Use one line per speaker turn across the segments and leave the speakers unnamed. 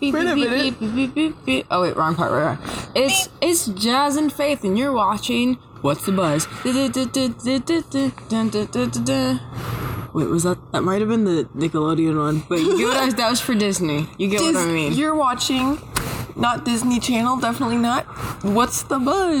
Beep,
Wait a
beep, beep,
minute.
beep, beep, beep, beep. Oh wait, wrong part. Right, right. It's it's Jazz and Faith, and you're watching. What's the buzz? Wait, was that
That might have been the Nickelodeon one.
Wait, you realize that was for Disney. You get
Dis-
what I mean.
You're watching, not Disney Channel, definitely not. What's the buzz?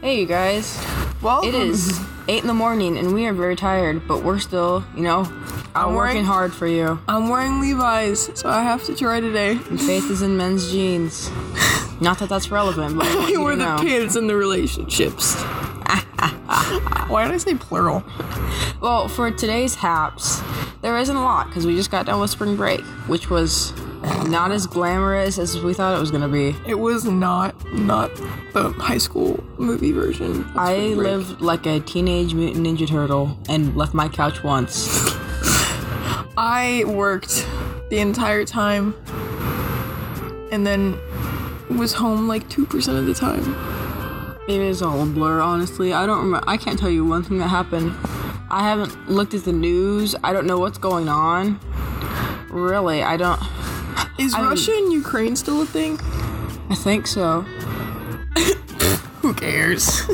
Hey, you guys.
Well,
It is eight in the morning, and we are very tired, but we're still, you know, out
worried.
working hard for you.
I'm wearing Levi's, so I have to try today.
And Faith is in men's jeans. Not that that's relevant, but I want
They
you
were
to
the
know.
kids in the relationships. Why did I say plural?
Well, for today's haps, there isn't a lot because we just got done with spring break, which was not as glamorous as we thought it was gonna be.
It was not not the high school movie version. of
I
Spring Break.
lived like a teenage mutant ninja turtle and left my couch once.
I worked the entire time, and then was home like two percent of the time.
It is all a blur, honestly. I don't remember. I can't tell you one thing that happened. I haven't looked at the news. I don't know what's going on. Really, I don't.
Is Russia and Ukraine still a thing?
I think so.
Who cares?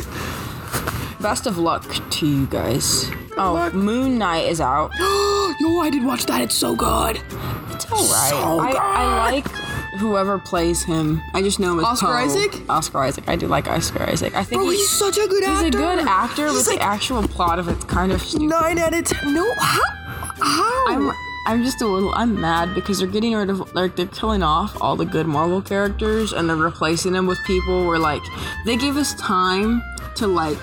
Best of luck to you guys. oh,
luck.
Moon Knight is out.
Yo, I did watch that. It's so good.
It's all right.
So
I, I
good.
like whoever plays him. I just know him as
Oscar
Poe.
Isaac?
Oscar Isaac. I do like Oscar Isaac. I think
Bro,
he-
he's such a good
he's
actor.
a good actor,
He's
but
like-
the actual plot of it's kind of stupid.
Nine out of ten. No, how? How?
I'm I'm just a little I'm mad because they're getting rid of like they're killing off all the good Marvel characters and they're replacing them with people where like they gave us time to like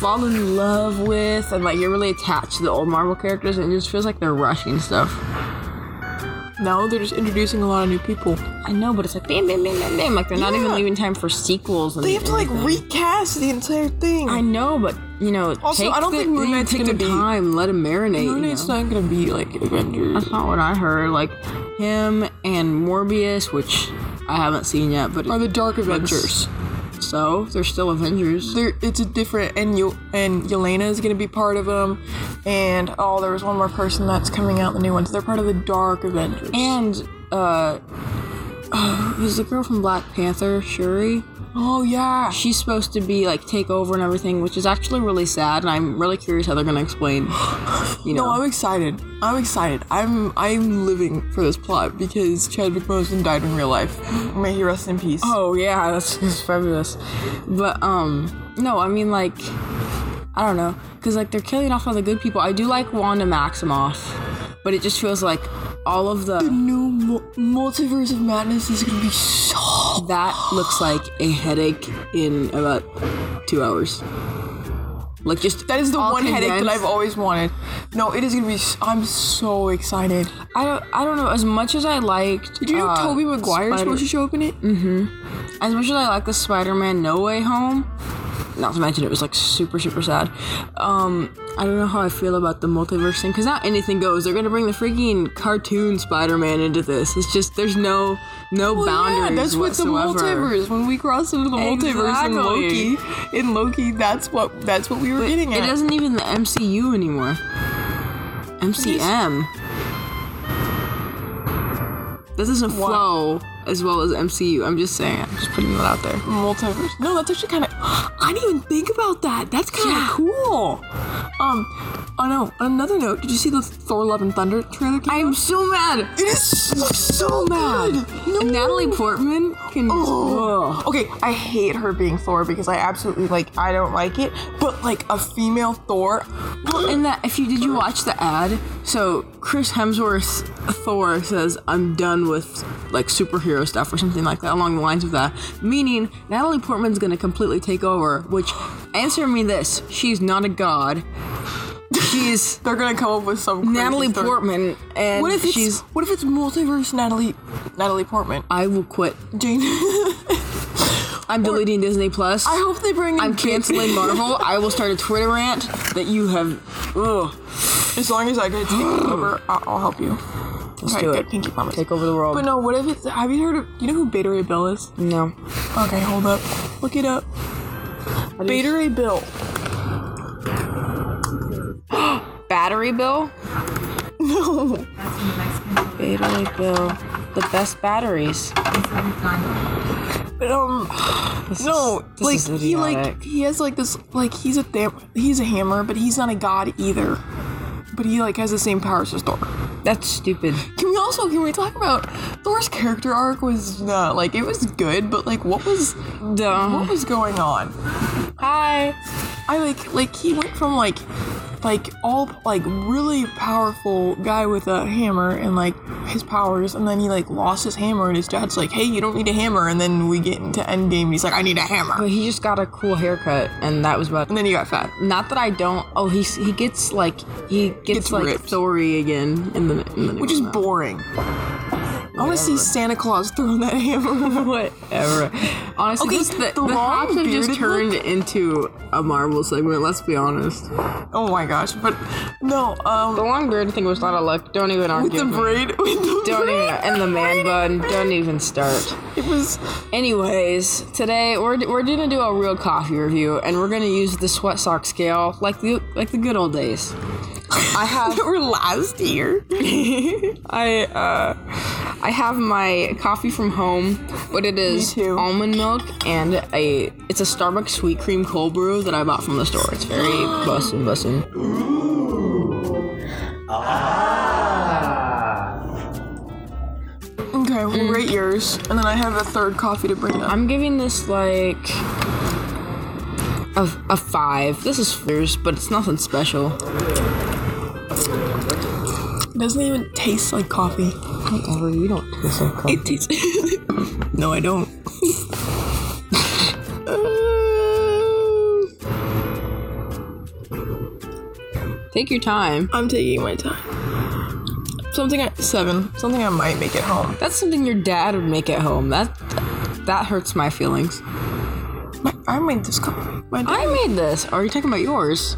fall in love with and like you're really attached to the old Marvel characters and it just feels like they're rushing stuff.
no, they're just introducing a lot of new people.
I know, but it's like bam, bam, bam, bam, bam. Like they're not even
Yeah.
leaving time for sequels. And
They have to like
anything.
recast the entire thing.
I know, but you know, it
Also,
takes
I don't
the-
think Moon
you
Knight's
take
gonna
the
be-
time. Let him marinate. you
Moon Knight's
know?
not gonna be like Avengers.
That's not what I heard. Like him and Morbius, which I haven't seen yet, but
Are the Dark Avengers?
so they're still Avengers.
There, it's a different, and you and Yelena is gonna be part of them, and oh, there was one more person that's coming out in the new ones. They're part of the Dark Avengers.
and uh, who's the girl from Black Panther? Shuri.
oh yeah,
She's supposed to be like take over and everything, which is actually really sad, and I'm really curious how they're gonna explain. You know,
No, Oh, I'm excited. I'm excited. I'm I'm living for this plot because Chadwick Boseman died in real life. May he rest in peace.
Oh yeah, that's, that's fabulous. But um, no, I mean like, I don't know, cause like they're killing off all the good people. I do like Wanda Maximoff, but it just feels like all of the
New mul- multiverse of madness is gonna be so.
that looks like a headache in about two hours. Like just
That is the
all
one headache that
condensed.
I've always wanted. No, it is gonna be. s I'm so excited.
I don't I don't know as much as I liked.
Did you know
uh,
Toby Maguire's
Spider-
supposed to show up in it?
as much as I like the Spider-Man No Way Home, not to mention it was like super super sad. Um, I don't know how I feel about the multiverse thing because not anything goes. They're gonna bring the freaking cartoon Spider-Man into this. It's just there's no no
Well, yeah,
boundaries
that's
whatsoever.
what the multiverse. When we crossed into the multiverse in
Exactly.
Loki, in Loki, that's what that's what we were getting at.
It isn't even the MCU anymore. MCM. That doesn't flow as well as MCU. I'm just saying. I'm just putting that out there.
multiverse. No, that's actually kind of. I didn't even think about that. That's kind of
Yeah.
cool. Um, oh no. On another note, did you see the Thor: Love and Thunder trailer? came
I'm
out?
so mad.
It is so, so
mad.
good. No.
And Natalie Portman can.
Oh.
Ugh.
Okay, I hate her being Thor because I absolutely like I don't like it. But like a female Thor,
Well, and that if you did you watch the ad? So Chris Hemsworth Thor says, "I'm done with like superhero stuff" or something like that, along the lines of that. Meaning Natalie Portman's gonna completely take over. Which, answer me this: she's not a god. She's
they're gonna come up with some crazy
Natalie
Thor-
Portman, and
What if it's
she's.
what if it's multiverse Natalie Natalie Portman
I will quit.
Jane? I
I'm deleting Disney Plus. I
hope they bring. in
I'm
Jane-
canceling Marvel. I will start a Twitter rant that you have. Ugh.
As long as I get taken over, I- I'll help you.
Let's
All right,
do
good.
it.
Pinky promise.
Take over the world.
But no, what if it's? Have you heard of? You know who Beta Ray Bill is?
no.
Okay, hold up. Look it up. Beta Ray Bill.
Battery Bill?
No.
Battery Bill. The best batteries.
But, um.
This
No.
is-
Like
this is
he like
idiotic.
he has like this like he's a tham- he's a hammer, but he's not a god either. But he like has the same powers as Thor.
That's stupid.
Can we also can we talk about Thor's character arc was not like it was good, but like what was what
Dumb.
was going on?
Hi.
I like like he went from like like all like really powerful guy with a hammer and like his powers and then he like lost his hammer and his dad's like hey you don't need a hammer and then we get into endgame and he's like I need a hammer
But he just got a cool haircut, and that was about.
and then he got fat
Not that I don't. Oh, he's he gets like he gets,
Gets
like
ripped.
Thory again in the in the new
which is
one.
boring I want to see Santa Claus throwing that hammer
Whatever. Honestly,
Okay,
this, the,
the
the,
long
Hobbs have just
bearded
turned into a Marvel segment. Let's be honest. The
oh my gosh but no um
long beard thing was not a look. Don't even argue.
with the
with me.
braid with the
Don't even.
braid
And the man bun. Don't even start.
it was
Anyways, today we're, we're gonna do a real coffee review, and we're gonna use the sweat sock scale like the like the good old days. I have
or last year
I uh, I have my coffee from home, but it is
too.
almond milk and a it's a Starbucks sweet cream cold brew that I bought from the store. It's very bussin' bussin'.
okay well
Mm.
rate yours and then I have a third coffee to bring up
I'm giving this like. A, a five. This is fierce, but it's nothing special.
it doesn't even taste like coffee.
Whatever, you don't taste like coffee.
It tastes. no, I don't.
Take your time.
I'm taking my time. Something I seven. Something I might make at home.
That's something your dad would make at home. That that hurts my feelings.
My, I made this coffee. My
I made this. Are you talking about yours?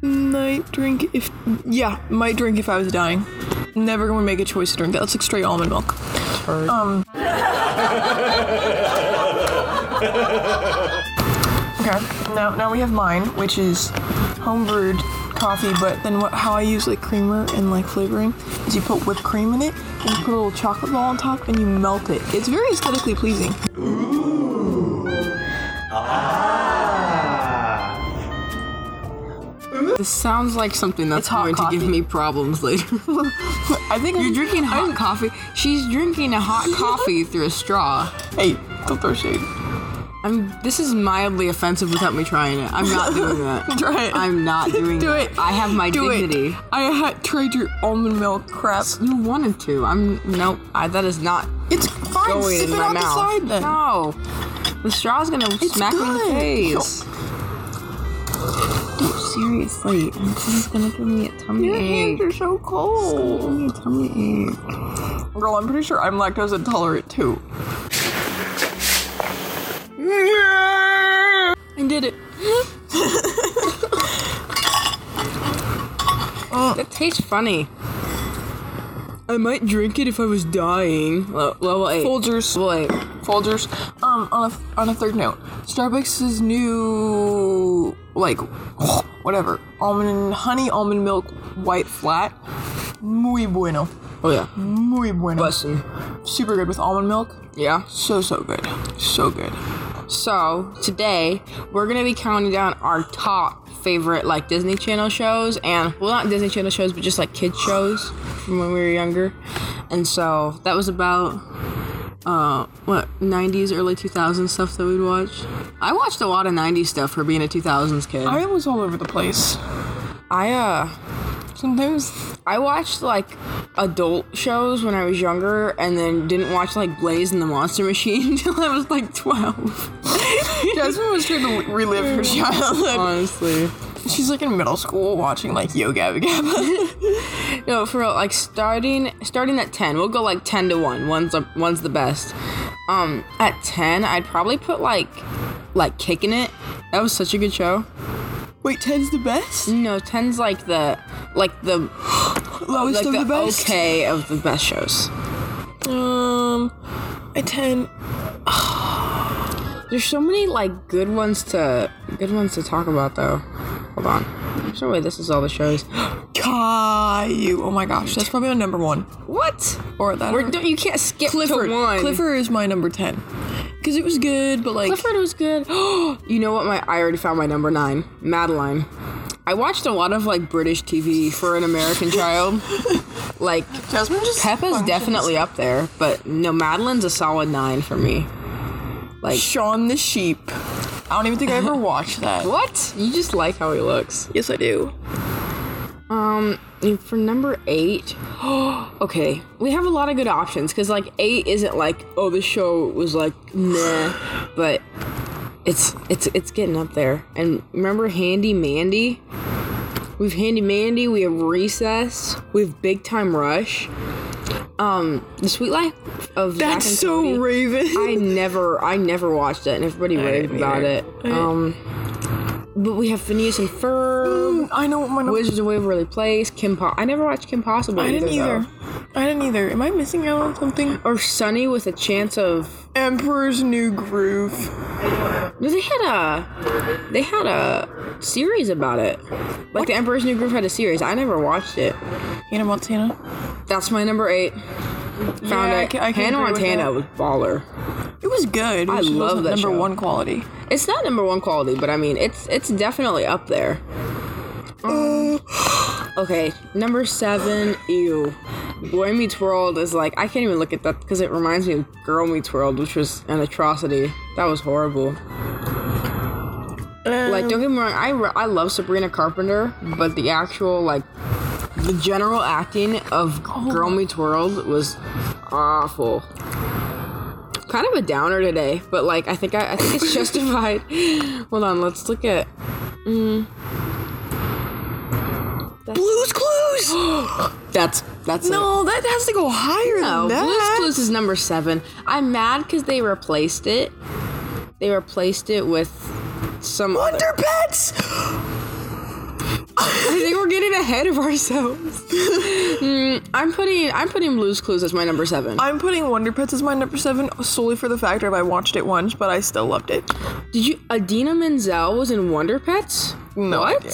night drink. If yeah, my drink if I was dying. Never gonna make a choice to drink that. That's like straight almond milk.
Um,
Okay. Now now we have mine, which is homebrewed coffee. But then what? How I use like creamer and like flavoring is you put whipped cream in it and you put a little chocolate ball on top and you melt it. It's very aesthetically pleasing.
this sounds like something that's
It's hot
going to give
coffee.
me problems later.
I think
You're
I'm-
drinking hot coffee. She's drinking a hot coffee through a straw.
Hey, don't throw shade.
I'm. This is mildly offensive without me trying it. I'm not doing that.
Try it.
I'm not doing
Do
that.
it.
I have my
Do
dignity.
It. I had tried your almond milk crap.
You wanted to. I'm no. I, that is not
It's fine.
going
Sip
in
it
my
out
mouth.
the side then.
No, the straw's gonna smack
good.
me in the face. Dude, seriously, this is gonna give me a tummy
Your hands
ache.
are so cold.
Give me a tummy ache.
Girl, I'm pretty sure I'm lactose intolerant too.
I did it. That tastes funny. I might drink it if I was dying. Le- Level eight.
Folgers.
Level eight.
Folgers. Um, on a, on a third note, Starbucks' new, like, whatever, almond, honey almond milk white flat. Muy bueno.
Oh yeah.
Muy bueno.
Bussin.
Super good with almond milk.
Yeah.
So, so good. So good.
So today we're gonna be counting down our top favorite like Disney Channel shows and well not Disney Channel shows but just like kids shows from when we were younger. And so that was about uh what 90s early 2000s stuff that we'd watch. I watched a lot of 90s stuff for being a 2000s kid. I,
I was all over the place.
uh
Sometimes
I watched like adult shows when I was younger and then didn't watch like Blaze and the Monster Machine until I was like 12.
Jasmine was trying to relive her childhood.
Honestly.
She's like in middle school watching like Yo Gabba Gabba.
No, for real, like starting starting at ten, we'll go like ten to one. One's the one's the best. Um, at ten, I'd probably put like like kicking it. That was such a good show.
Wait, 10's the best?
No, ten's like the like the
Lowest
like
of
the,
the best.
okay of the best shows.
Um, a ten.
There's so many like good ones to good ones to talk about though. Hold on. So wait, this is all the shows.
Caillou. Oh my gosh, that's probably my number one.
What?
Or that.
We're,
or-
don't, you can't skip
Clifford.
to one.
Clifford is my number ten. Cause it was good, but like
Clifford was good. you know what? My I already found my number nine, Madeline. I watched a lot of like British TV for an American child. Like
Jasmine just
Peppa's
functions.
definitely up there, but no, Madeline's a solid nine for me. Like
Shaun the Sheep. I don't even think I ever watched that.
what? You just like how he looks.
Yes, I do.
Um, and for number eight, okay, we have a lot of good options because like eight isn't like oh the show was like nah, but it's it's it's getting up there. And remember Handy Mandy? We've Handy Mandy, we have Recess, we have Big Time Rush, um, The Sweet Life of Zack
That's
and
so
Cody.
Raven.
I never, I never watched it, and everybody raved
didn't
about
either.
it.
I-
Um, but we have Phineas and Ferb.
I know what my number.
Wizards of Waverly Place, Kim Po- I never watched Kim Possible
I
either,
didn't either.
though.
I didn't either. Am I missing out on something?
Or Sunny with a chance of.
Emperor's New Groove.
No, they had a, they had a series about it. Like the Emperor's New Groove had a series. I never watched it.
Hannah Montana.
That's my number eight. Found
Yeah, I
it.
ca- I can
Hannah
agree with
Montana was baller.
It was good. It
I
was just
love
wasn't
that
number
show.
one quality.
It's not number one quality, but I mean, it's it's definitely up there. Um, okay, number seven. Ew, Boy Meets World is like I can't even look at that because it reminds me of Girl Meets World, which was an atrocity. That was horrible. Like, don't get me wrong, I, re- I love Sabrina Carpenter, but the actual like the general acting of Girl Meets World was awful. Kind of a downer today, but like I think I, I think it's justified. Hold on, let's look at
Blue's Clues.
that's that's it.
no, that has to go higher
No,
than that.
Blue's Clues is number seven. I'm mad because they replaced it. They replaced it with some. Other.
Wonder Pets.
I think we're getting ahead of ourselves. Mm, I'm putting I'm putting Blue's Clues as my number seven.
I'm putting Wonder Pets as my number seven solely for the fact that I watched it once, but I still loved it.
Did you? Adina Menzel was in Wonder Pets.
No
What?
idea.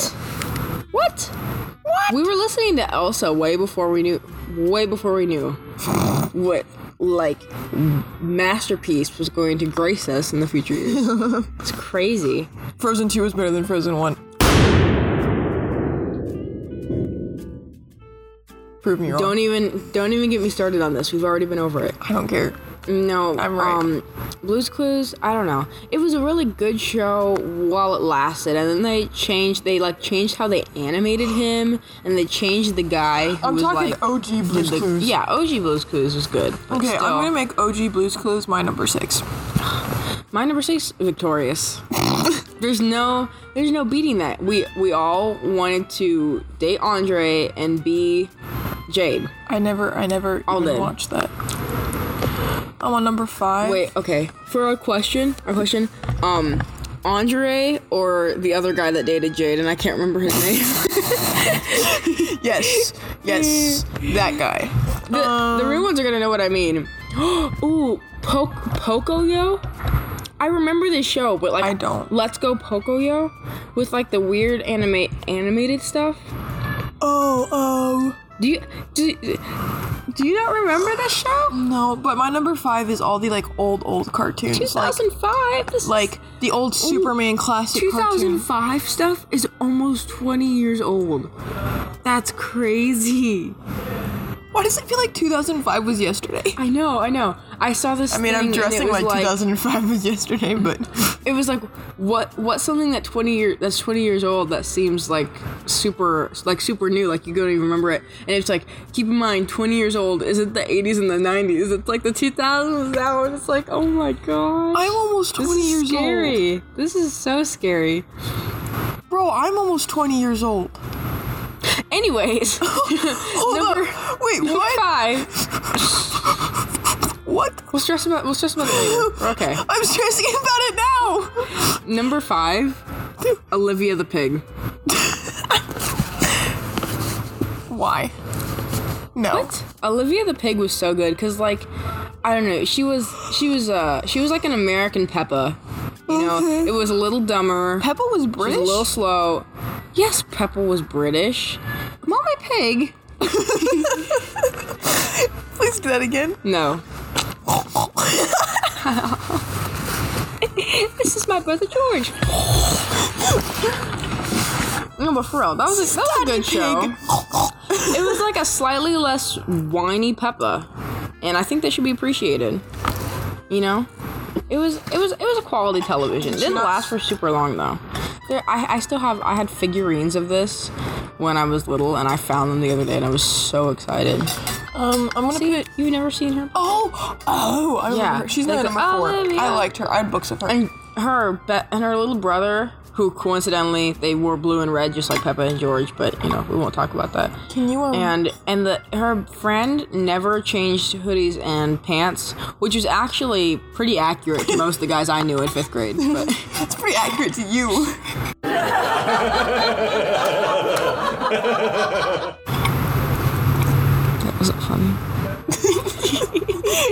What?
What?
We were listening to Elsa way before we knew. Way before we knew what like masterpiece was going to grace us in the future years. it's crazy.
Frozen Two was better than Frozen One. Prove me wrong.
Don't even don't even get me started on this. We've already been over it.
I don't care.
No,
I'm right.
Um, Blue's Clues. I don't know. It was a really good show while it lasted, and then they changed. They like changed how they animated him, and they changed the guy. Who
I'm
was,
talking
like,
OG
did
Blue's
the-
Clues.
Yeah, OG Blue's Clues was good. but
Okay,
still.
I'm gonna make OG Blue's Clues my number six.
my number six, Victorious. there's no, there's no beating that. We we all wanted to date Andre and be Jade.
I never, I never
All
even
in.
watched that. I'm on number five.
Wait, okay. For our question, our question, um, Andre or the other guy that dated Jade, and I can't remember his name.
Yes, yes, that guy.
the,
Um,
the real ones are gonna know what I mean. Ooh, po- Pocoyo. I remember this show, but like
I don't.
Let's go Pocoyo, with like the weird anime animated stuff.
Oh, oh.
Do you do, um, do you not remember this show?
No, but my number five is all the like old, old cartoons. Like,
2005. this is-
like the old Superman classic cartoon.
2005 stuff is almost 20 years old. That's crazy.
Why does it feel like 2005 was yesterday?
I know, I know. I saw this.
I mean, I'm dressing
it was
like,
like
2005 was yesterday, but
it was like what what's something that 20 year that's 20 years old that seems like super like super new like you don't even remember it and it's like keep in mind 20 years old isn't the 80s and the 90s it's like the 2000s now and it's like oh my gosh
I'm almost 20
this is
years old.
scary. This is so scary.
Bro, I'm almost 20 years old.
Anyways,
Oh Hold
number
up. Wait,
number
what?
five.
What?
We'll stress about we'll stress about it later. Okay.
I'm stressing about it now.
Number five, Olivia the Pig.
Why? No.
What? Olivia the Pig was so good because like I don't know, she was she was uh she was like an American Peppa. You know, it was a little dumber.
Peppa was
She was
British.
a little slow. Yes, Peppa was British. Mommy Pig.
Please do that again.
No. this is my brother George. no, but for real, that was a, that was a good show. It was like a slightly less whiny Peppa, and I think that should be appreciated. You know, it was it was it was a quality television. It didn't last for super long though. There, I, I still have I had figurines of this when I was little, and I found them the other day, and I was so excited.
Um, I'm gonna.
See, you you've never seen her
Oh, oh, I
Yeah,
remember. She's not
like
in my
the
four.
Olivia.
I liked her. I had books of her.
and her be- and her little brother who coincidentally they wore blue and red just like Peppa and George but you know we won't talk about that
Can you, um,
and and the her friend never changed hoodies and pants which is actually pretty accurate to most of the guys I knew in 5th grade but
That's pretty accurate to you.
that wasn't funny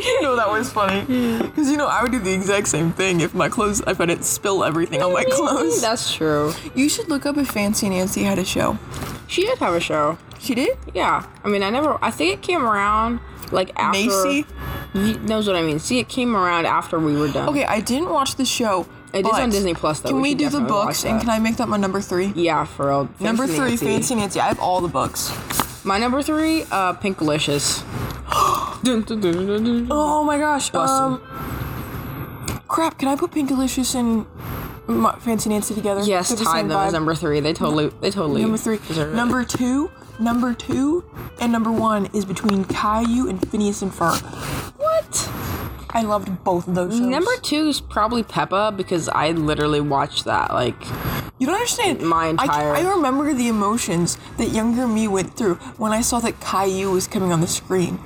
you know that was funny. Because you know I would do the exact same thing if my clothes, if I didn't spill everything on my clothes.
that's true
You should look up if Fancy Nancy had a show.
she did have a show
She did.
yeah I mean I never I think it came around like after
Macy.
He knows what I mean see it came around after we were done
Okay, I didn't watch the show.
It is
but
on Disney Plus, though.
Can
We
we,
should
do the
definitely watch
books? And
that.
can I make that my number three?
yeah for real
Number
Fancy
three,
Nancy.
Fancy Nancy. I have all the books.
My number three, uh, Pinkalicious. Dun, dun, dun, dun, dun.
Oh my gosh. Um,
Awesome.
crap. Can I put Pinkalicious and my Fancy Nancy together?
yes,
They're the
tied
same
them as
vibe.
number three. They totally, they totally.
Number three.
deserve it.
Number two. Number two and number one is between Caillou and Phineas and Ferb.
what?
I loved both of those shows.
Number two is probably Peppa because I literally watched that. Like,
You don't understand.
My
I-
entire-
I, remember the emotions that younger me went through when I saw that Caillou was coming on the screen.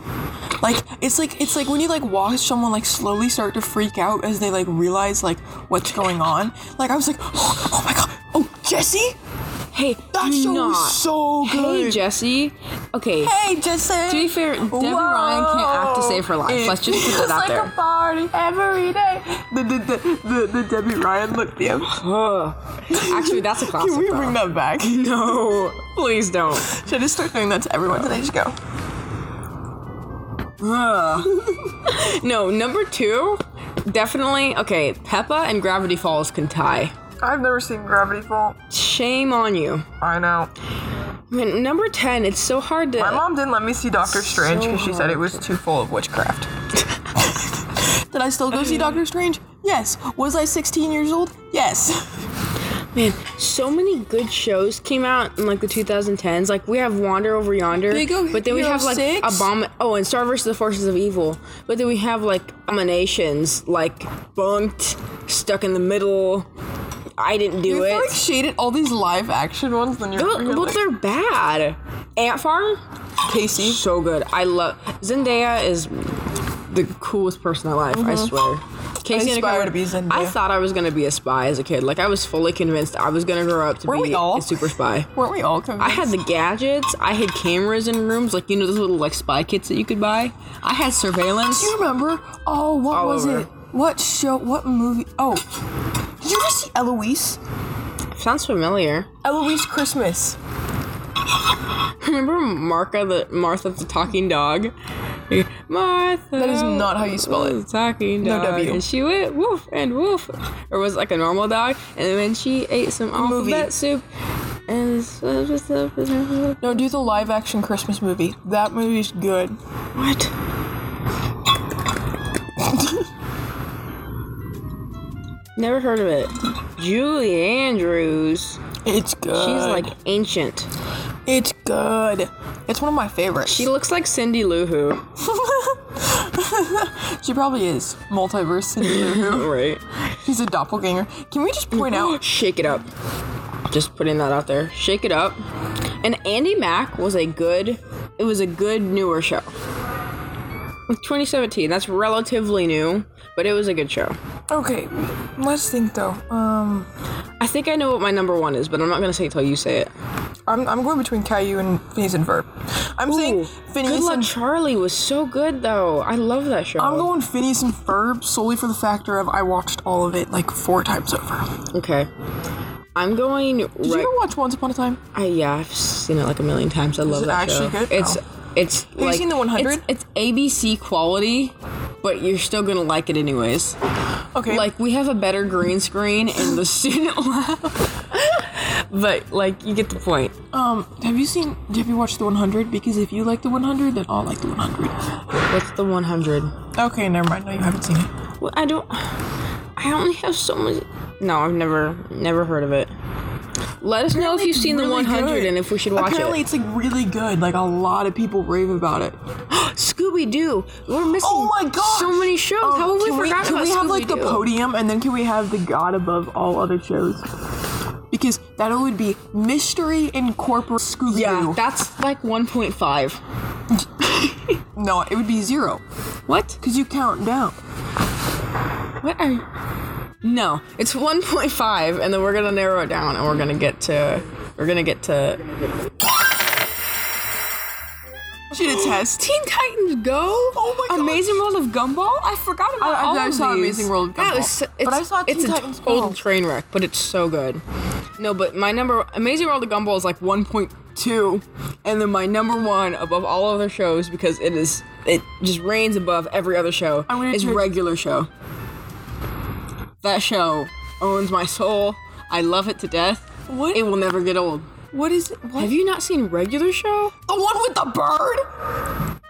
Like it's like it's like when you like watch someone like slowly start to freak out as they like realize like what's going on. Like I was like, oh, oh my god, oh Jesse,
hey,
that
do
show
not.
was so
Hey,
good.
Jesse. Okay.
hey Jesse.
To be fair, Debbie Ryan can't act to save her life. Let's just put that out
like
there.
a party every day. The, the, the, the, the Debbie Ryan look. Yeah.
Ugh. Actually, that's a classic.
Can we
though.
bring that back?
No, please don't.
Should I just start doing that to everyone? Did I just go?
Ugh. no, number two, definitely. Okay, Peppa and Gravity Falls can tie.
I've never seen Gravity Fall.
Shame on you.
I know.
I mean, number 10, it's so hard to.
My mom didn't let me see Doctor Strange because she said it was too full of witchcraft. Did I still go see Doctor Strange? Yes. Was I 16 years old? Yes.
Man, so many good shows came out in like the 2010s. Like, we have Wander Over Yonder.
Big O
but then we
Hero
have like
Six.
Abom- Oh, and Star versus the Forces of Evil. But then we have like Abominations, like Bunked, Stuck in the Middle. I didn't do
You
it.
feel like shade at all these live action ones than you're
But,
freaking
but
like,
they're bad. Ant Farm?
Casey.
So good. I love Zendaya is the coolest person alive, I swear. Casey
Mm-hmm. I aspire to be Zendaya.
I thought I was gonna be a spy as a kid. Like I was fully convinced I was gonna grow up to
Were
be
we all?
a super spy.
Weren't we all convinced?
I had the gadgets. I had cameras in rooms, like you know those little like spy kits that you could buy. I had surveillance.
Do you remember? Oh, what
All
was
over.
it? What show? What movie? Oh. Did you ever see Eloise?
Sounds familiar.
Eloise Christmas.
Remember Martha the Martha the talking dog? Martha.
That is not how you spell it.
was a Talking
No
dog.
W.
And she went woof and woof, or was it like a normal dog. And then she ate some
Movie.
alphabet soup. And so- so- so- so- so-
No, do the live action Christmas movie. That movie's good.
what? Never heard of it. Julie Andrews.
It's good.
She's like ancient.
it's good. It's one of my favorites.
She looks like Cindy Lou Who.
she probably is multiverse Cindy Lou Who.
Right.
She's a doppelganger. Can we just point out?
Shake it up. Just putting that out there. Shake it up. And Andy Mack was a good. It was a good newer show. 2017. That's relatively new, but it was a good show.
Okay, let's think though. Um,
I think I know what my number one is, but I'm not gonna say it till you say it.
I'm, I'm going between Caillou and Phineas and Ferb. I'm saying
Good
Phineas
Luck
and
Charlie was so good though. I love that show.
I'm going Phineas and Ferb solely for the factor of I watched all of it like four times over.
okay. I'm going.
Did you ever watch Once Upon a Time?
I, yeah, I've seen it like a million times. I love
it
that
actually
show.
good?
It's
No.
it's
you
like
seen the 100?
It's, it's ABC quality, but you're still gonna like it anyways.
Okay.
Like we have a better green screen in the student lab, but like you get the point.
um, have you seen? Have you watched the 100? Because if you like the 100, then I'll like the 100.
What's the 100?
Okay, never mind. No, you haven't seen it.
Well, I don't. I only have so much. No, I've never never heard of it. Let us know if you've seen the 100 and if we should watch
Apparently,
it.
it's like really good. Like a lot of people rave about it.
Scooby Doo. We're missing
Oh my gosh!
so many shows.
Um,
How have we
can
forgotten
Can
about
we have like the
Scooby-Doo?
podium, and then can we have the god above all other shows? Because that would be Mystery Incorporated Scooby Doo.
Yeah, that's like 1.5.
no, it would be zero
What?
because you count down.
What are you? No, it's 1.5, and then we're gonna narrow it down, and we're gonna get to. We're gonna get to
Should a test.
Teen Titans Go.
Oh my gosh.
Amazing World of Gumball. I forgot about
I- I-
all
I
of
saw
these.
Amazing World of
That
Gumball.
was so-
But
it's,
I saw Teen
it's a
Titans
total
Go.
train wreck, but it's so good. No, but my number Amazing World of Gumball is like 1.2, and then my number one above all other shows because it is it just reigns above every other show
I'm gonna
is
choose-
regular show. That show owns my soul. I love it to death.
What?
It will never get old.
What is what?
Have you not seen regular show?
the one with the bird?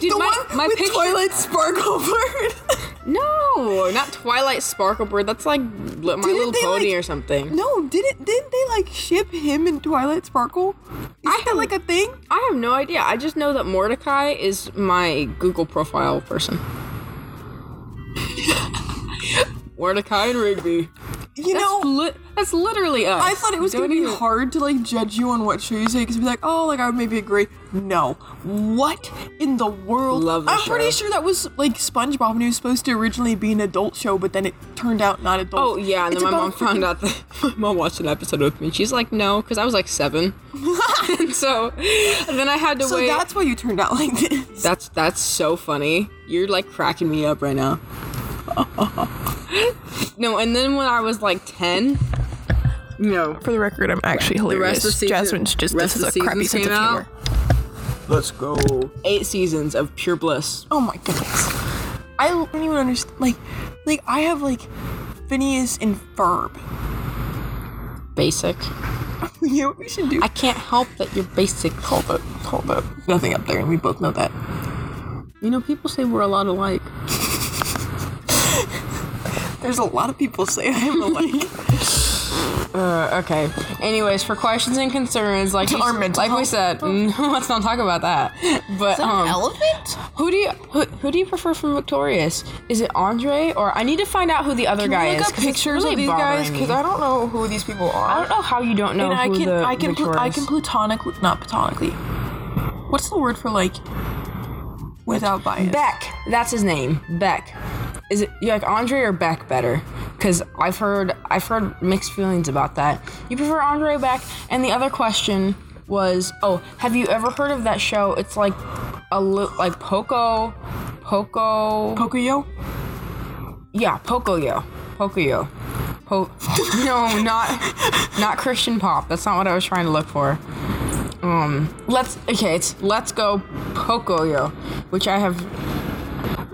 Dude,
The
my,
one
my
with
picture.
Twilight Sparkle bird.
No, not Twilight Sparklebird. That's like Li- My Little
they,
Pony
like-
or something.
no, didn't didn't they like ship him and Twilight Sparkle? Isn't
I
that like a thing?
I have no idea. I just know that Mordecai is my Google profile person. Mordecai and Rigby.
You
That's,
know,
li- that's literally us.
I thought it was
Don't
gonna be
even-
hard to like judge you on what show you say because be like, oh, like I would maybe agree. No, what in the world?
Love the
I'm pretty
show.
sure that was like SpongeBob, and it was supposed to originally be an adult show, but then it turned out not adult.
Oh yeah, and
It's
then my
about
mom found
freaking-
out that my mom watched an episode with me. She's like, no, because I was like seven, and so and then I had to
So
wait.
that's why you turned out like this.
That's that's so funny. You're like cracking me up right now. no, and then when I was like ten, no,
For the record, I'm actually
the
hilarious.
rest of season, rest of seasons came out.
Let's go.
Eight seasons of pure bliss.
Oh my goodness. I don't even understand. Like, like I have like Phineas and Ferb.
Basic.
you know what we should do?
I can't help that you're basic.
hold up, hold up. Nothing up there, and we both know that.
You know, people say we're a lot alike.
There's a lot of people say I'm alike.
Uh, okay. Anyways, for questions and concerns, like
Our
you-
mental
like we
health.
said, no, let's not talk about that. But um,
elephant?
Who do you who, who do you prefer from Victorious? Is it Andre or I need to find out who the other guy
look
is?
up
'cause it's
pictures
really
of these guys
bothering
because
me.
I don't know who these people
I
are.
don't know how you don't know
and I
who
can,
the
I can, pl- I
Victorious-
can platonically, not platonically. What's the word for like without bias?
Beck. That's his name. Beck. Is it you like Andre or Beck better? Because I've heard I've heard mixed feelings about that. You prefer Andre or Beck? And the other question was, oh, have you ever heard of that show? It's like a li- like Poco, Poco.
Pocoyo?
Yeah, Pocoyo. Pocoyo. Po- no, not not Christian pop. That's not what I was trying to look for. Um, let's okay, it's Let's Go Pocoyo, which I have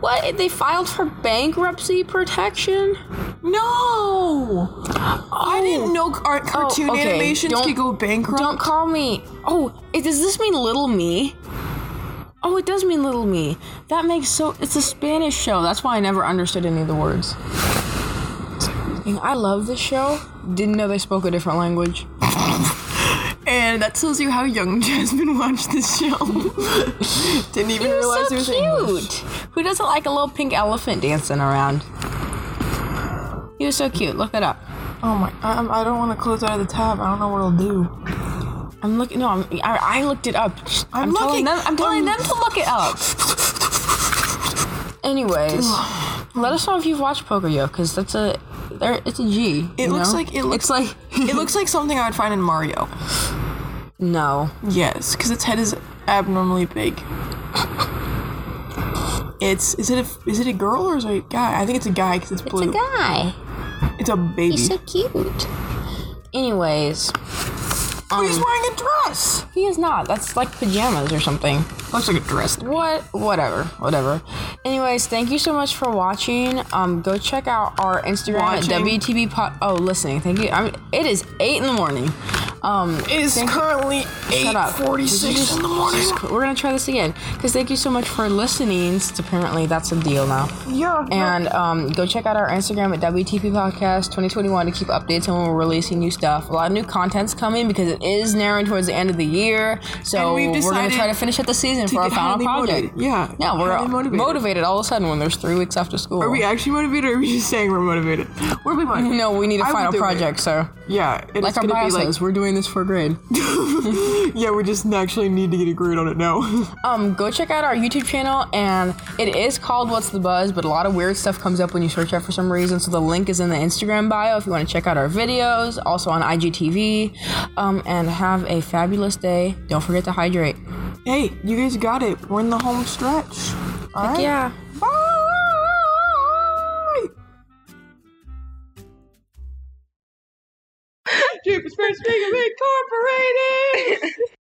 What? They filed for bankruptcy protection?
No! I didn't know car- cartoon
Oh, okay.
animations
Don't-
could go bankrupt.
Don't call me. Oh, it, does this mean Little Me? Oh, it does mean Little Me. That makes so. It's a Spanish show. That's why I never understood any of the words. And I love this show. Didn't know they spoke a different language.
And that tells you how young Jasmine watched this show. Didn't even
It
realize
was
it was
so
English.
cute. Who doesn't like a little pink elephant dancing around? He was so cute. Look it up.
Oh my! I, I'm- I don't want to close out of the tab. I don't know what it'll do.
I'm looking. No, I'm, I, I looked it up.
I'm looking.
telling them. I'm telling
I'm-
them to look it up. Anyways, let us know if you've watched Pocoyo, because that's a there. It's a G.
It
you
looks
know?
like it looks
It's like
it looks like something I would find in Mario.
no.
Yes, because its head is abnormally big. It's is it a is it a girl or is it a guy? I think it's a guy because it's
It's
blue.
a guy.
It's a baby.
He's so cute. Anyways,
Oh, he's wearing a dress.
he is not. That's like pajamas or something.
Looks like a dress.
What? Whatever. Whatever. Anyways, thank you so much for watching. Um, go check out our Instagram at
Watching.
WTB Pod. Oh, listening. Thank you. I'm, it is eight in the morning. Um,
It is currently eight
Shut up. This
forty-six
is-
in the morning.
this is cool. We're gonna try this again. Cause thank you so much for listening. It's- apparently that's a deal now.
Yeah.
And um, go check out our Instagram at WTP Podcast 2021 to keep updates on when we're releasing new stuff. A lot of new content's coming because it is narrowing towards the end of the year. So
And we've
we're gonna
decided
try to finish up the season for our
get
final
highly
project.
motivated. Yeah,
Yeah, we're
highly
motivated.
motivated.
all of a sudden when there's three weeks after school.
Are we actually motivated or are we just saying we're motivated? We're motivated.
no, we need a
I would
final
do it.
project, so
Yeah, it's
like our
gonna
bio
be like
says, we're doing this for grade.
yeah, we just actually need to get a grade on it now.
um, go check out our YouTube channel, and it is called What's the Buzz, but a lot of weird stuff comes up when you search that for some reason. So the link is in the Instagram bio if you want to check out our videos, also on IGTV. Um, and have a fabulous day. Don't forget to hydrate.
hey, you guys got it. We're in the home stretch. All right.
Yeah.
Bye. Jupiter's being incorporated.